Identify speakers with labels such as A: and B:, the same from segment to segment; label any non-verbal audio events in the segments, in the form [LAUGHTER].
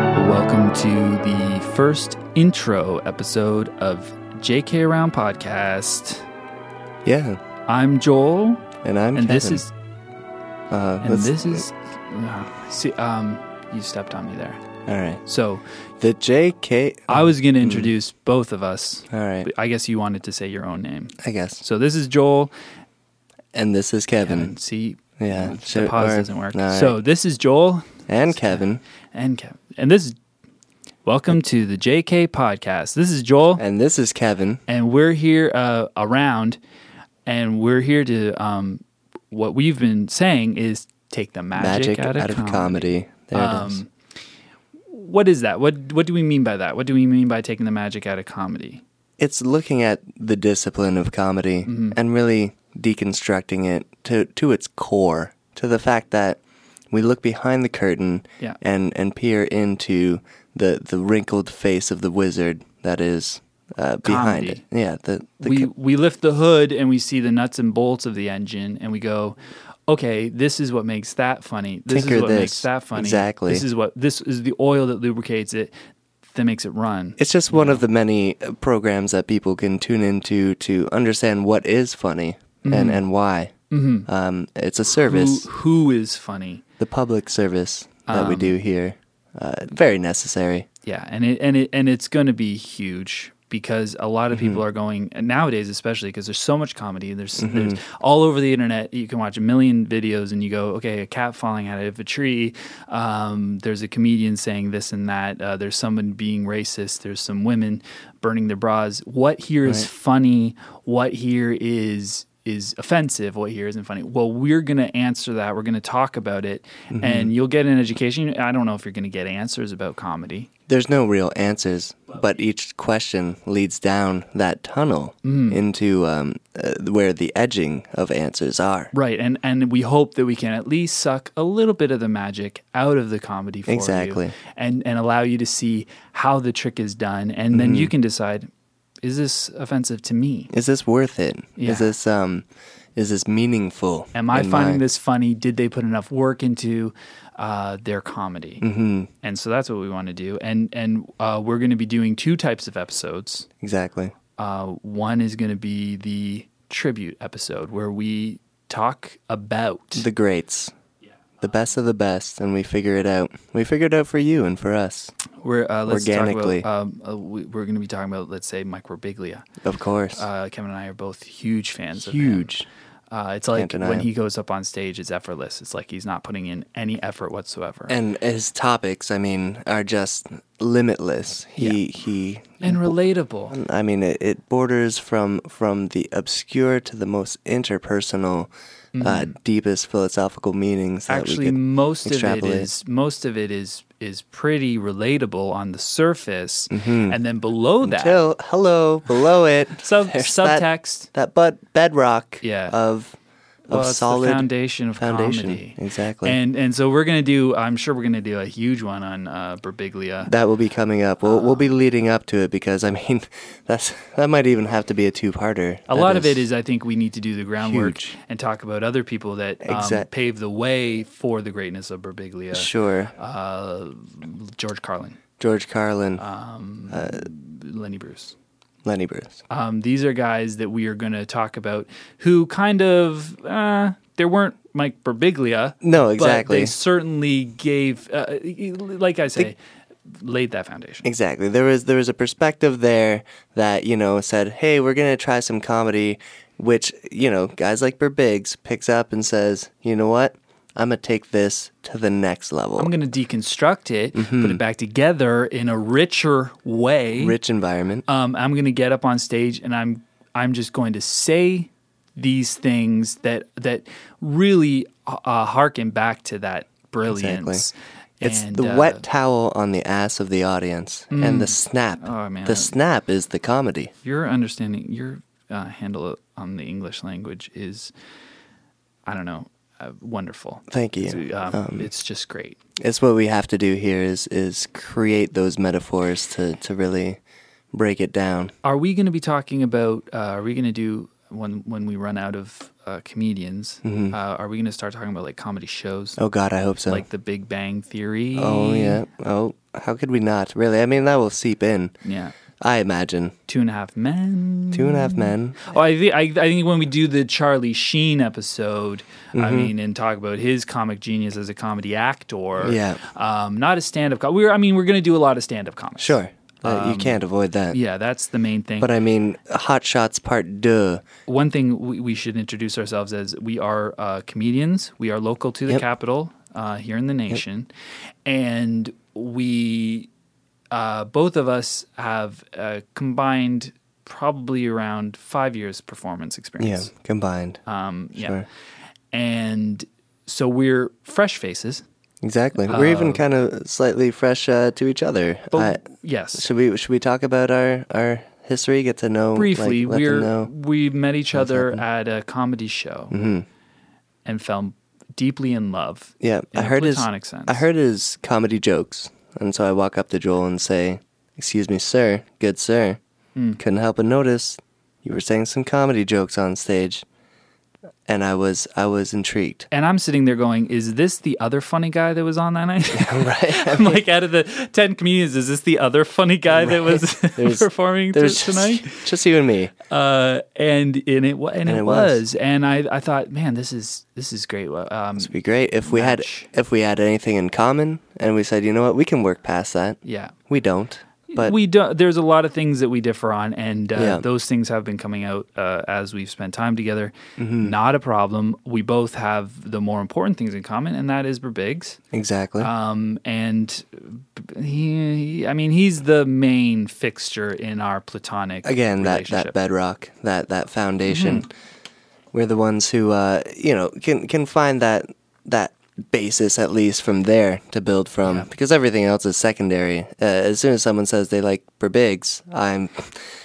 A: welcome to the first intro episode of JK Around Podcast.
B: Yeah,
A: I'm Joel,
B: and I'm
A: and this
B: Kevin.
A: is
B: uh,
A: and
B: let's-
A: this is uh, see um you stepped on me there.
B: all right.
A: So
B: The J.K.
A: I was
B: Mm.
A: going to introduce both of us.
B: all right,
A: But I guess you wanted to say your own name.
B: I guess.
A: So this is Joel
B: And this is Kevin.
A: and see
B: Yeah,
A: the
B: sure,
A: pause
B: or-
A: doesn't work.
B: all right.
A: So this is Joel
B: and Kevin,
A: and Kevin. And this is welcome to the JK podcast. This is Joel
B: and this is Kevin.
A: and we're here uh, around, and we're here to um, what we've been saying is take the magic,
B: Magic out of,
A: comedy.
B: comedy. There it is.
A: Um, what is that? What what do we mean by that? What do we mean by taking the magic out of comedy?
B: It's looking at the discipline of comedy
A: Mm-hmm.
B: and really deconstructing it to to its core, to the fact that we look behind the curtain
A: Yeah.
B: and and peer into the the wrinkled face of the wizard that is uh, behind
A: Comedy.
B: it. Yeah, the, the
A: we we lift the hood and we see the nuts and bolts of the engine, and we go. Okay, this is what makes that funny. This is
B: Tinker
A: what
B: this.
A: makes that funny.
B: Exactly.
A: This is what this is the oil that lubricates it, that makes it run.
B: It's just one of the many uh, programs that people can tune into to understand what is funny and, and why. Mm-hmm. Um, it's a
A: Who, Um,
B: service,
A: who is funny?
B: the public service that we do here. Uh, very necessary.
A: Yeah, and it and it and it's going to be huge because a lot of people are going and nowadays, especially because there's so much comedy. There's there's all over the internet. You can watch a million videos, and you go, okay, a cat falling out of a tree. Um, there's a comedian saying this and that. Uh, there's someone being racist. There's some women burning their bras. What here is funny? What here is is offensive what here isn't funny well we're going to answer that we're going to talk about it and you'll get an education i don't know if you're going to get answers about comedy
B: There's no real answers, but each question leads down that tunnel
A: Mm.
B: into um, uh, where the edging of answers are.
A: Right, and and we hope that we can at least suck a little bit of the magic out of the comedy for you
B: Exactly.
A: and and allow you to see how the trick is done, and then you can decide is this offensive to me?
B: Is this worth it? Is
A: Yeah.
B: this um, is this meaningful?
A: Am I
B: in
A: finding
B: my-
A: this funny? Did they put enough work into uh, their comedy? Mm-hmm. And so that's what we want to do, and and uh, we're going to be doing two types of episodes.
B: exactly?
A: Uh, one is going to be the tribute episode where we talk about
B: the greats, the best of the best, and we figure it out. We figure it out for you and for us,
A: We're uh, let's
B: Organically.
A: Talk about, um, uh, we- we're going to be talking about, let's say, Microbiglia.
B: of course.
A: Uh, Kevin and I are both huge fans. of him.
B: Huge.
A: Uh, it's like
B: Can't deny
A: when
B: it.
A: he goes up on stage, it's effortless. It's like he's not putting in any effort whatsoever.
B: And his topics, I mean, are just limitless. He he.
A: And relatable.
B: I mean, it, it borders from from the obscure to the most interpersonal, uh, deepest philosophical meanings. That
A: Mm-hmm.
B: we
A: Actually,
B: could
A: most of it
B: extrapolate.
A: is most of it is is pretty relatable on the surface,
B: Mm-hmm.
A: and then below that,
B: Till, hello, below it.
A: [LAUGHS] sub
B: there's that-
A: subtext.
B: That, but bedrock.
A: Yeah.
B: Of of
A: Well, it's
B: solid
A: the foundation of
B: foundation.
A: comedy.
B: Exactly.
A: And and so we're gonna do. I'm sure we're gonna do a huge one on uh, Berbiglia.
B: That will be coming up. We'll, we'll be
A: Ah.
B: leading up to it because I mean, [LAUGHS] that's that might even have to be a two-parter.
A: A lot of it is, I think, we need to do the groundwork
B: huge.
A: and talk about other people that um,
B: Exact-
A: paved the way for the greatness of Berbiglia.
B: sure
A: Uh, George Carlin,
B: George Carlin,
A: uh, Lenny Bruce.
B: Lenny Bruce.
A: Um, these are guys that we are going to talk about who kind of, uh, there weren't Mike Berbiglia.
B: No,
A: But
B: exactly.
A: they certainly gave, uh, like I say, laid that foundation.
B: Exactly. There was there was a perspective there that you know said, "Hey, we're gonna try some comedy," which you know guys like Burbiggs picks up and says, "You know what? I'm gonna take this to the next level."
A: I'm going to deconstruct it,
B: Mm-hmm.
A: put it back together in a richer way.
B: Rich environment.
A: um, I'm going to get up on stage and I'm I'm just going to say these things that that really uh, harken back to that brilliance.
B: It's
A: And,
B: the
A: uh,
B: wet towel on the ass of the audience, and the snap.
A: Oh, man.
B: The snap is the comedy.
A: Your understanding, your uh, handle on the English language is, I don't know, uh, wonderful.
B: Thank you.
A: It's, um, it's just great.
B: it's what we have to do here is is create those metaphors to to really break it down.
A: Are we going to be talking about? Uh, are we going to do when when we run out of uh, comedians?
B: Mm-hmm.
A: Uh, are we going to start talking about like comedy shows,
B: Oh God, I hope so.
A: like The Big Bang Theory?
B: oh yeah. Oh How could we not? Really? I mean, that will seep in.
A: Yeah.
B: I imagine
A: Two and a half men.
B: two and a half men.
A: Oh, I, thi- I, I think when we do the Charlie Sheen episode,
B: Mm-hmm.
A: I mean, and talk about his comic genius as a comedy actor.
B: Yeah.
A: Um, not a stand up. Com- we're, I mean, we're going to do a lot of stand up comics.
B: Sure, Uh, you can't avoid that.
A: Um, Yeah, that's the main thing.
B: But uh, I mean, Hot Shots Part Deux.
A: One thing we, we should introduce ourselves as we are uh, comedians. We are local to the
B: Yep.
A: capital uh, here in the nation, and we uh, both of us have uh, combined probably around five years performance
B: Yeah,
A: experience.
B: combined.
A: Um, yeah.
B: Sure.
A: And so we're fresh faces.
B: Exactly. We're even kind of slightly fresh uh, to each other. I,
A: Um, But yes,
B: should we should we talk about our our history? Get to know
A: briefly,
B: Like, let them
A: we're
B: know. Mm-hmm.
A: we met each other at a comedy show and fell deeply in love.
B: Yeah,
A: in
B: I
A: a
B: heard his.
A: platonic sense.
B: I heard his comedy jokes, and so I walk up to Joel and say, "Excuse me, sir. Good sir.
A: Hmm.
B: Couldn't help but notice you were saying some comedy jokes on stage, and I was I was intrigued.
A: and I'm sitting there going, "Is this the other funny guy that was on that
B: [LAUGHS]
A: night?" [LAUGHS]
B: right?
A: I'm like, out of the ten comedians, is this the other funny guy that was
B: [LAUGHS]
A: [LAUGHS]
B: There's-
A: performing t-
B: There's
A: tonight?
B: [LAUGHS] just, just you and me.
A: Uh, and and it wa- and, it,
B: it
A: was.
B: was.
A: and I I thought, man, this is this is great. Um,
B: It'd be great if we had
A: Match.
B: if we had anything in common, and we said, you know what, we can work past that.
A: yeah,
B: We don't, but
A: we do, there's a lot of things that we differ on, and uh,
B: Yeah.
A: those things have been coming out uh, as we've spent time together.
B: Mm-hmm.
A: Not a problem. We both have the more important things in common, and that is Berbigs.
B: exactly.
A: Um, and b- he, he- I mean, he's the main fixture in our platonic
B: Again, that
A: relationship. Mm-hmm.
B: that bedrock, that that foundation. We're the ones who, uh, you know, can can find that that basis at least from there to build from because everything else is secondary. Uh, as soon as someone says they like Berbigs, I'm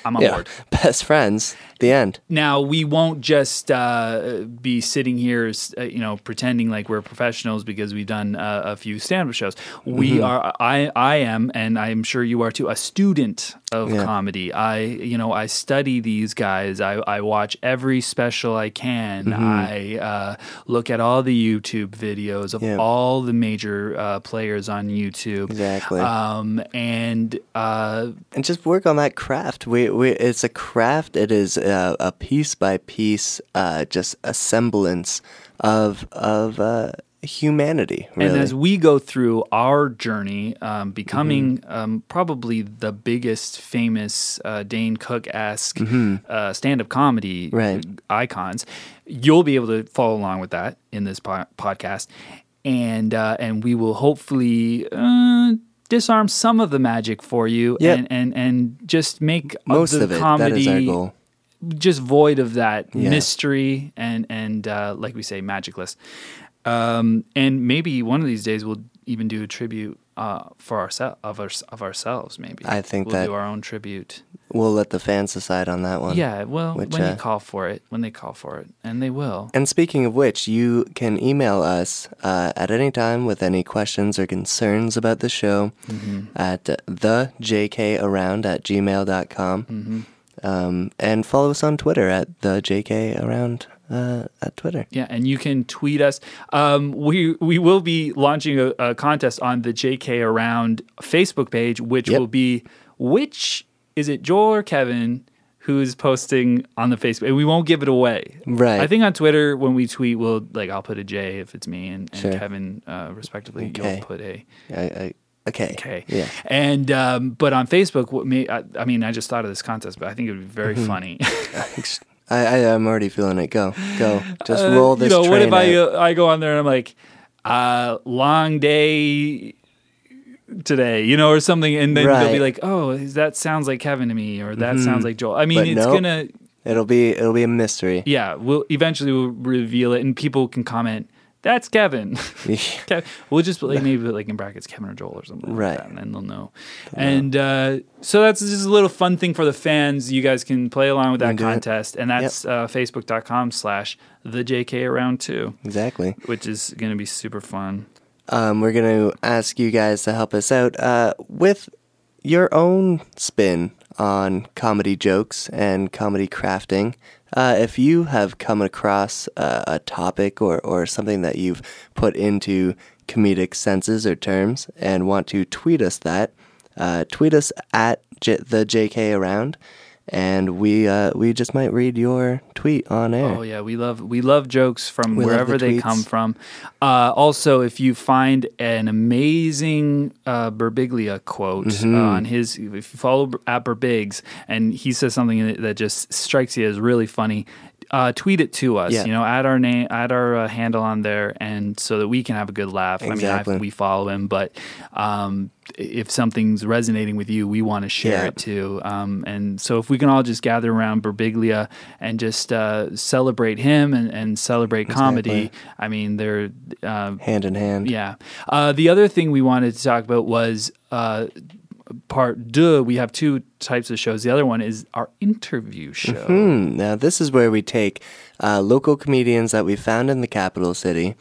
A: I'm on
B: yeah,
A: board.
B: [LAUGHS] best friends. The end.
A: Now we won't just uh, be sitting here, s- uh, you know, pretending like we're professionals because we've done uh, a few stand-up shows. We
B: Mm-hmm.
A: are. I I am, and I'm sure you are too, a student of
B: Yeah.
A: comedy. I you know I study these guys. I I watch every special I can.
B: Mm-hmm.
A: I uh, look at all the YouTube videos of
B: Yeah.
A: all the major uh, players on YouTube.
B: Exactly.
A: Um and uh
B: Uh, and just work on that craft. We, we it's a craft. It is uh, a, a piece by piece, uh, just a semblance of of uh, humanity. Really,
A: And as we go through our journey, um, becoming
B: Mm-hmm.
A: um, probably the biggest famous uh, Dane Cook esque uh, stand up comedy
B: Mm-hmm. Right.
A: icons, you'll be able to follow along with that in this po- podcast, and uh, and we will hopefully. Uh, Disarm some of the magic for you,
B: Yep.
A: and, and and just make
B: most
A: the
B: of it.
A: comedy
B: That is our goal.
A: just void of that
B: Yeah.
A: mystery and and uh, like we say magicless um, and maybe one of these days we'll even do a tribute uh, for ourselves of, our, of ourselves maybe
B: I think
A: we'll
B: that-
A: do our own tribute
B: We'll let the fans decide on that one.
A: yeah well
B: Which,
A: when you
B: uh,
A: call for it when they call for it and they will
B: And speaking of which, you can email us uh, at any time with any questions or concerns about the show
A: Mm-hmm.
B: at thejkaround at gmail.com.
A: Mm-hmm.
B: Um, and follow us on Twitter at thejkaround uh, at Twitter.
A: yeah, and you can tweet us. Um, we we will be launching a, a contest on the JK Around Facebook page, which
B: Yep.
A: will be which is it Joel or Kevin who's posting on the Facebook. And we won't give it away.
B: Right.
A: I think on Twitter when we tweet, we'll like I'll put a J if it's me and, and
B: Sure.
A: Kevin uh, respectively.
B: Okay.
A: You'll put a
B: I, I, okay.
A: Okay.
B: Yeah. [LAUGHS]
A: And um, but on Facebook, what me, I, I mean, I just thought of this contest, but I think it would be very
B: Mm-hmm.
A: funny. [LAUGHS]
B: I, I, I'm already feeling it. Go, go. Just
A: Uh,
B: roll this
A: You know,
B: train
A: what if I
B: out.
A: go, I go on there and I'm like, uh, long day today, you know, or something, and then they'll be
B: Right. Mm-hmm.
A: like, oh, is- that sounds like Kevin to me, or that sounds like Joel. I mean,
B: But
A: it's
B: no.
A: gonna,
B: It'll be it'll be a mystery. [LAUGHS]
A: yeah, we'll eventually we'll reveal it, and people can comment. That's Kevin. [LAUGHS] Kev- we'll just put, like maybe put, like in brackets Kevin or Joel or something, like
B: Right.
A: that, and then they'll know. And uh, so that's just a little fun thing for the fans. You guys can play along with that
B: do it.
A: contest, and that's uh, Facebook.com/slash the JK around two
B: exactly.
A: which is going to be super fun.
B: Um, we're going to ask you guys to help us out uh, with your own spin on comedy jokes and comedy crafting. Uh, if you have come across uh, a topic or, or something that you've put into comedic senses or terms and want to tweet us that, uh, tweet us at J- the JK around, and we uh, we just might read your tweet on air.
A: Oh yeah, we love we love jokes from
B: We love
A: wherever
B: the
A: they
B: tweets.
A: come from. Uh, also, if you find an amazing uh, Berbiglia quote
B: Mm-hmm.
A: on his, if you follow Ber- at Berbigs and he says something that- that just strikes you as really funny. Uh, tweet it to us,
B: Yeah.
A: you know, add our name, add our uh, handle on there, and so that we can have a good laugh. I mean,
B: Exactly.
A: I, we follow him, but um, if something's resonating with you, we want to share
B: Yeah.
A: it too. Um, and so if we can all just gather around Berbiglia and just uh, celebrate him and, and celebrate comedy, I mean, they're uh,
B: Hand in hand.
A: yeah. Uh, the other thing we wanted to talk about was uh, part deux. We have two types of shows. The other one is our interview show.
B: Hmm, now, this is where we take uh, local comedians that we found in the capital city.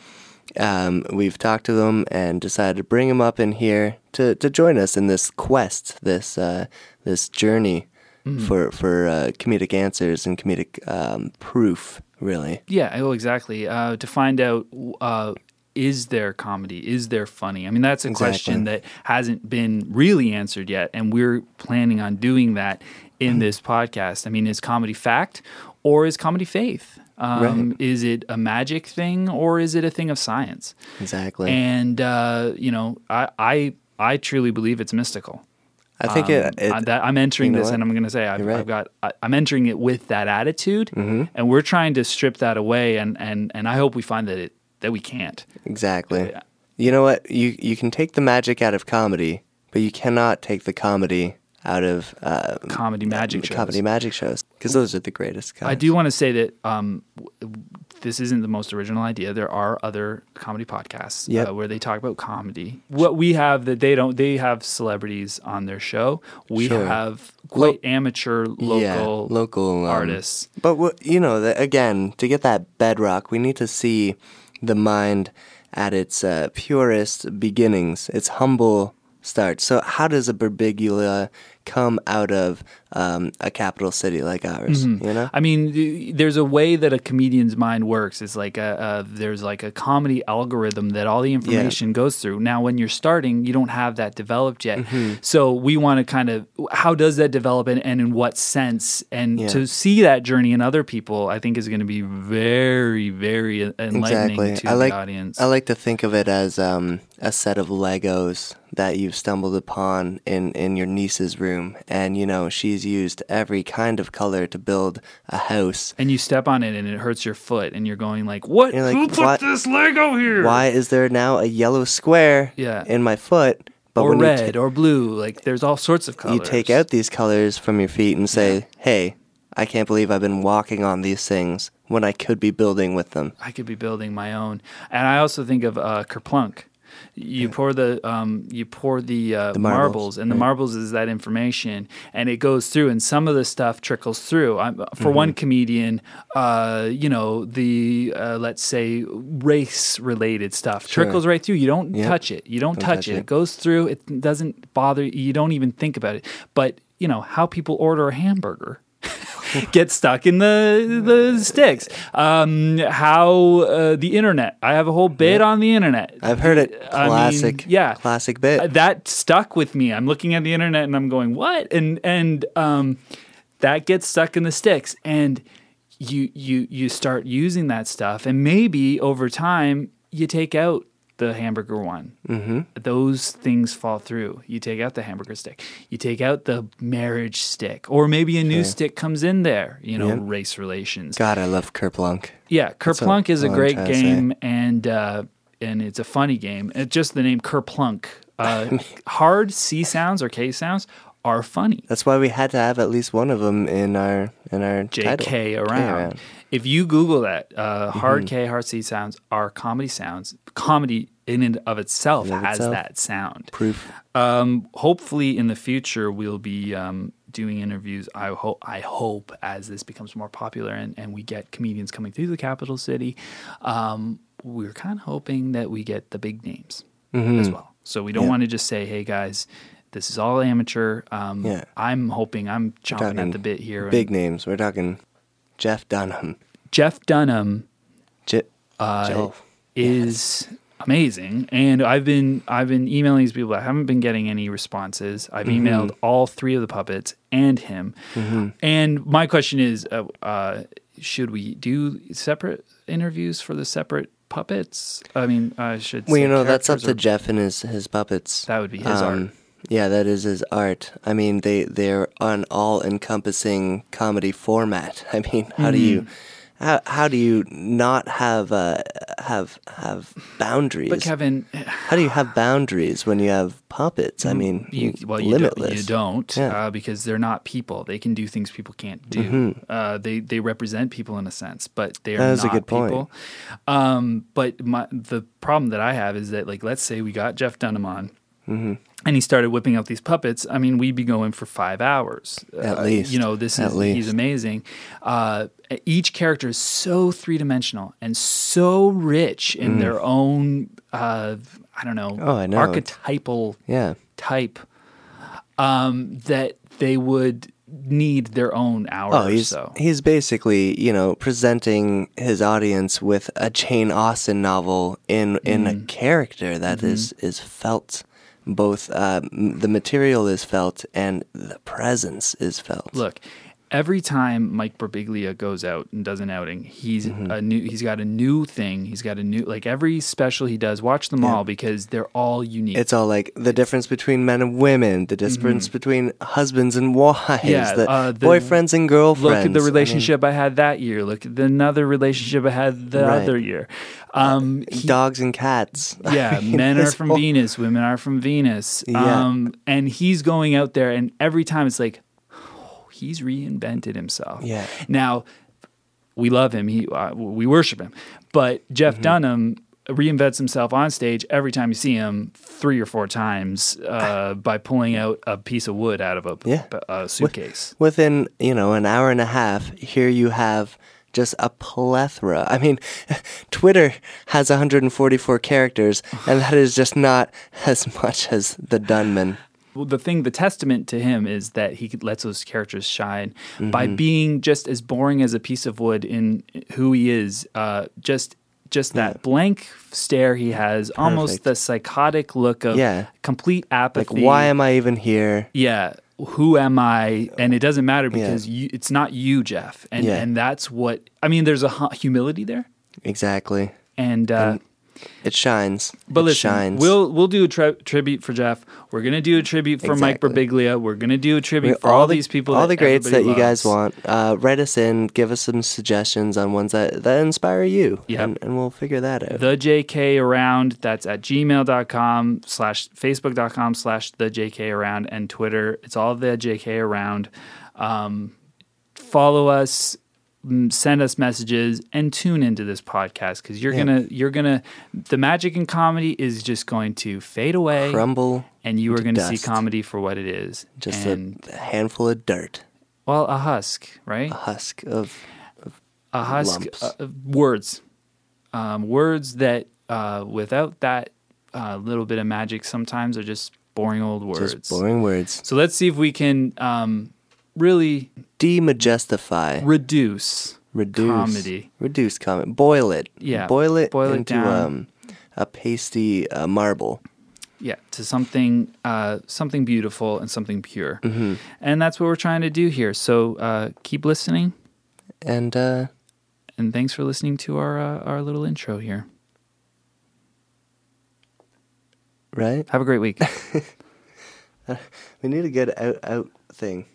B: Um, we've talked to them and decided to bring them up in here to, to join us in this quest, this uh, this journey
A: Hmm.
B: for for uh, comedic answers and comedic um, proof, really.
A: Yeah, well, exactly. Uh, to find out, uh, is there comedy? Is there funny? I mean, that's a question that hasn't been really answered yet, and we're planning on doing that in this podcast. I mean, is comedy fact or is comedy faith? Um, Is it a magic thing or is it a thing of science?
B: Exactly.
A: And uh, you know, I, I I truly believe it's mystical.
B: I think it, it
A: Um, I, that, I'm entering
B: you know
A: this,
B: what?
A: and I'm going to say I've,
B: right. Mm-hmm.
A: I've got. I, I'm entering it with that attitude, and we're trying to strip that away, and and and I hope we find that it that we can't.
B: Exactly. You know what? You you can take the magic out of comedy, but you cannot take the comedy out of uh,
A: Comedy magic shows.
B: comedy magic shows because those are the greatest. Kinds.
A: I do want to say that um, w- w- this isn't the most original idea. There are other comedy podcasts uh,
B: Yep.
A: where they talk about comedy. What we have that they don't, they have celebrities on their show. We
B: Sure.
A: have quite amateur local,
B: Yeah, local um,
A: artists.
B: But what you know, the, again, to get that bedrock, we need to see the mind at its uh, purest beginnings, its humble start. So, how does a berbigula come out of um, a capital city like ours? You know,
A: Hmm. I mean, th- there's a way that a comedian's mind works. It's like a, a there's like a comedy algorithm that all the information goes through. Now, when you're starting, you don't have that developed yet.
B: Mm-hmm.
A: So we want to kind of how does that develop and, and in what sense? And
B: Yeah.
A: to see that journey in other people, I think is going to be very, very enlightening to
B: I
A: the
B: like,
A: audience.
B: I like to think of it as um, a set of Legos that you've stumbled upon in, in your niece's room. And, you know, she's used every kind of color to build a house.
A: and you step on it and it hurts your foot, and you're going like, "What?
B: You're like,
A: Who put
B: "What?
A: this Lego here?
B: [LAUGHS] Why is there now a yellow square
A: Yeah.
B: in my foot? But
A: Or
B: you
A: red, or blue? Like, there's all sorts of
B: ta- you,
A: colors.
B: take out these colors from your feet and say, hey, I can't believe I've been walking on these things when I could be building with them.
A: I could be building my own. And I also think of uh, Kerplunk. You pour the um, you pour the, uh, marbles,
B: marbles,
A: and the marbles is that information, and it goes through, and some of the stuff trickles through. i for one comedian, uh, you know the uh, let's say race related stuff trickles right through. You don't touch it. You don't, touch,
B: touch
A: it.
B: it.
A: It goes through. It doesn't bother. You don't even think about it. But you know how people order a hamburger [LAUGHS] get stuck in the the sticks. Um, how uh, the internet? I have a whole bit on the internet.
B: I've heard it
A: I mean,
B: classic,
A: yeah.
B: classic bit.
A: Uh, that stuck with me. I'm looking at the internet and I'm going, what? And and um, that gets stuck in the sticks, and you you you start using that stuff, and maybe over time you take out the hamburger one. Mm-hmm. Those things fall through. You take out the hamburger stick. You take out the marriage stick, or maybe a new stick comes in there. You know, race relations.
B: God, I love Kerplunk.
A: Yeah, Kerplunk is a
B: all I'm
A: great
B: trying to say.
A: game, and uh, and it's a funny game. It, just the name Kerplunk. Uh, hard C sounds or K sounds are funny.
B: That's why we had to have at least one of them in our in our title.
A: JK around.
B: around.
A: If you Google that, uh,
B: Mm-hmm.
A: hard K, hard C sounds are comedy sounds. Comedy in and of itself
B: of
A: has
B: itself.
A: that sound.
B: Proof.
A: Um, hopefully, in the future, we'll be um, doing interviews. I hope. I hope as this becomes more popular and, and we get comedians coming through the capital city, um, we're
B: Mm-hmm.
A: kind of hoping that we get the big names as well. So we don't want to just say, "Hey guys, This is all amateur. Um,
B: Yeah.
A: I'm hoping I'm chomping
B: talking
A: at the bit here.
B: Big names. We're talking Jeff Dunham.
A: Jeff Dunham
B: Je-
A: uh,
B: Jeff.
A: is amazing, and I've been I've been emailing these people. I haven't been getting any responses. I've
B: Mm-hmm.
A: emailed all three of the puppets and him. And my question is, uh, uh, should we do separate interviews for the separate puppets? I mean, I should.
B: Well,
A: say
B: you know, that's up
A: characters
B: to
A: or-
B: Jeff and his, his puppets. Um,
A: That would be his art.
B: Yeah, that is his art. I mean, they they're an all-encompassing comedy format. [LAUGHS] I mean, how do you
A: Hmm.
B: how, how do you not have uh, have have boundaries?
A: But Kevin,
B: how do you have boundaries when you have puppets? I mean,
A: Mm, you, well, you Don't,
B: limitless.
A: you don't
B: Yeah. Mm-hmm.
A: uh, because they're not people. They can do things people can't do. Uh, they they represent people in a sense, but they are
B: That is a
A: not
B: good point.
A: people. Um, but my, the problem that I have is that like let's say we got Jeff Dunham on.
B: Mm-hmm.
A: And he started whipping out these puppets. I mean, we'd be going for five hours Uh,
B: At least.
A: You know, this
B: At
A: is he's
B: least.
A: amazing. Uh, each character is so three dimensional and so rich in their own. Uh, I don't know.
B: Mm. Oh, I know.
A: Archetypal
B: Yeah.
A: type um, that they would need their own hour
B: Oh,
A: or
B: he's
A: so.
B: he's basically you know presenting his audience with a Jane Austen novel in in
A: Mm.
B: a character that
A: Mm-hmm.
B: is is felt. Both uh, m- the material is felt and the presence is felt.
A: Look, every time Mike Birbiglia goes out and does an outing, he's
B: Mm-hmm.
A: a new. He's got a new thing. He's got a new like every special he does. Watch them all because they're all unique.
B: It's all like the difference between men and women, the difference between husbands and [LAUGHS] wives,
A: Mm-hmm. Yeah,
B: the,
A: uh, the-
B: boyfriends and girlfriends.
A: Look at the
B: I mean,
A: relationship I, had that year. Look at the another relationship I had the
B: Right.
A: other year. Um,
B: dogs and [LAUGHS] cats. I
A: Yeah,
B: mean,
A: men are
B: this
A: from
B: whole-
A: Venus, women are from Venus.
B: Yeah.
A: Um, and he's going out there, and every time it's like, oh, he's reinvented himself.
B: Yeah.
A: Now, we love him. He, uh, we worship him. But
B: Mm-hmm.
A: Jeff Dunham reinvents himself on stage every time you see him, three or four
B: [SIGHS]
A: times, uh, by pulling out a piece of wood out of a,
B: Yeah.
A: a suitcase.
B: within you know an hour and a half here you have just a plethora i mean [LAUGHS] twitter has 144 characters and that is just not [LAUGHS] as much as the dunman
A: Well, the thing, the testament to him is that he lets those characters shine by
B: Mm-hmm.
A: being just as boring as a piece of wood in who he is. Uh, just, just that blank stare he has, almost
B: Perfect.
A: the psychotic look of
B: Yeah.
A: complete
B: like
A: apathy.
B: why am i even here
A: Yeah, who am I? And it doesn't matter because you, it's not you, Jeff. And
B: Yeah.
A: and that's what I mean. There's a hu- humility there,
B: exactly
A: and. Uh,
B: it shines
A: but
B: it
A: listen,
B: shines
A: we'll we'll do a tri- tribute for Jeff. We're gonna do a tribute for Mike
B: Exactly.
A: Birbiglia. We're gonna do a tribute
B: We-
A: for all,
B: the-
A: these people,
B: all
A: that
B: the greats that
A: everybody
B: you guys
A: loves.
B: want uh, write us in give us some suggestions on ones that, that inspire you
A: Yep.
B: and, and we'll figure that out
A: The JK around. That's at gmail.com slash facebook.com slash the JK around and Twitter. It's all the JK around. Um, follow us, m- send us messages, and tune into this podcast because you're gonna you're gonna the magic in comedy is just going to fade away,
B: crumble
A: and you are going to see
B: dust.
A: comedy for what it is.
B: just
A: and
B: a handful of dirt
A: Well, a husk, right?
B: a husk of
A: A husk
B: lumps.
A: uh, of words, um, words that uh, without that uh, little bit of magic, sometimes are just boring old words.
B: just boring words
A: So let's see if we can um, really
B: demagestify,
A: reduce,
B: reduce
A: comedy.
B: reduce comedy, boil it,
A: Yeah,
B: boil it
A: boil it
B: into
A: down.
B: um a pasty uh, marble.
A: yeah, to something uh, something beautiful and something pure,
B: Mm-hmm.
A: and that's what we're trying to do here. So uh, keep listening,
B: And uh,
A: and thanks for listening to our uh, our little intro here.
B: right,
A: Have a great week.
B: we need a good out out thing.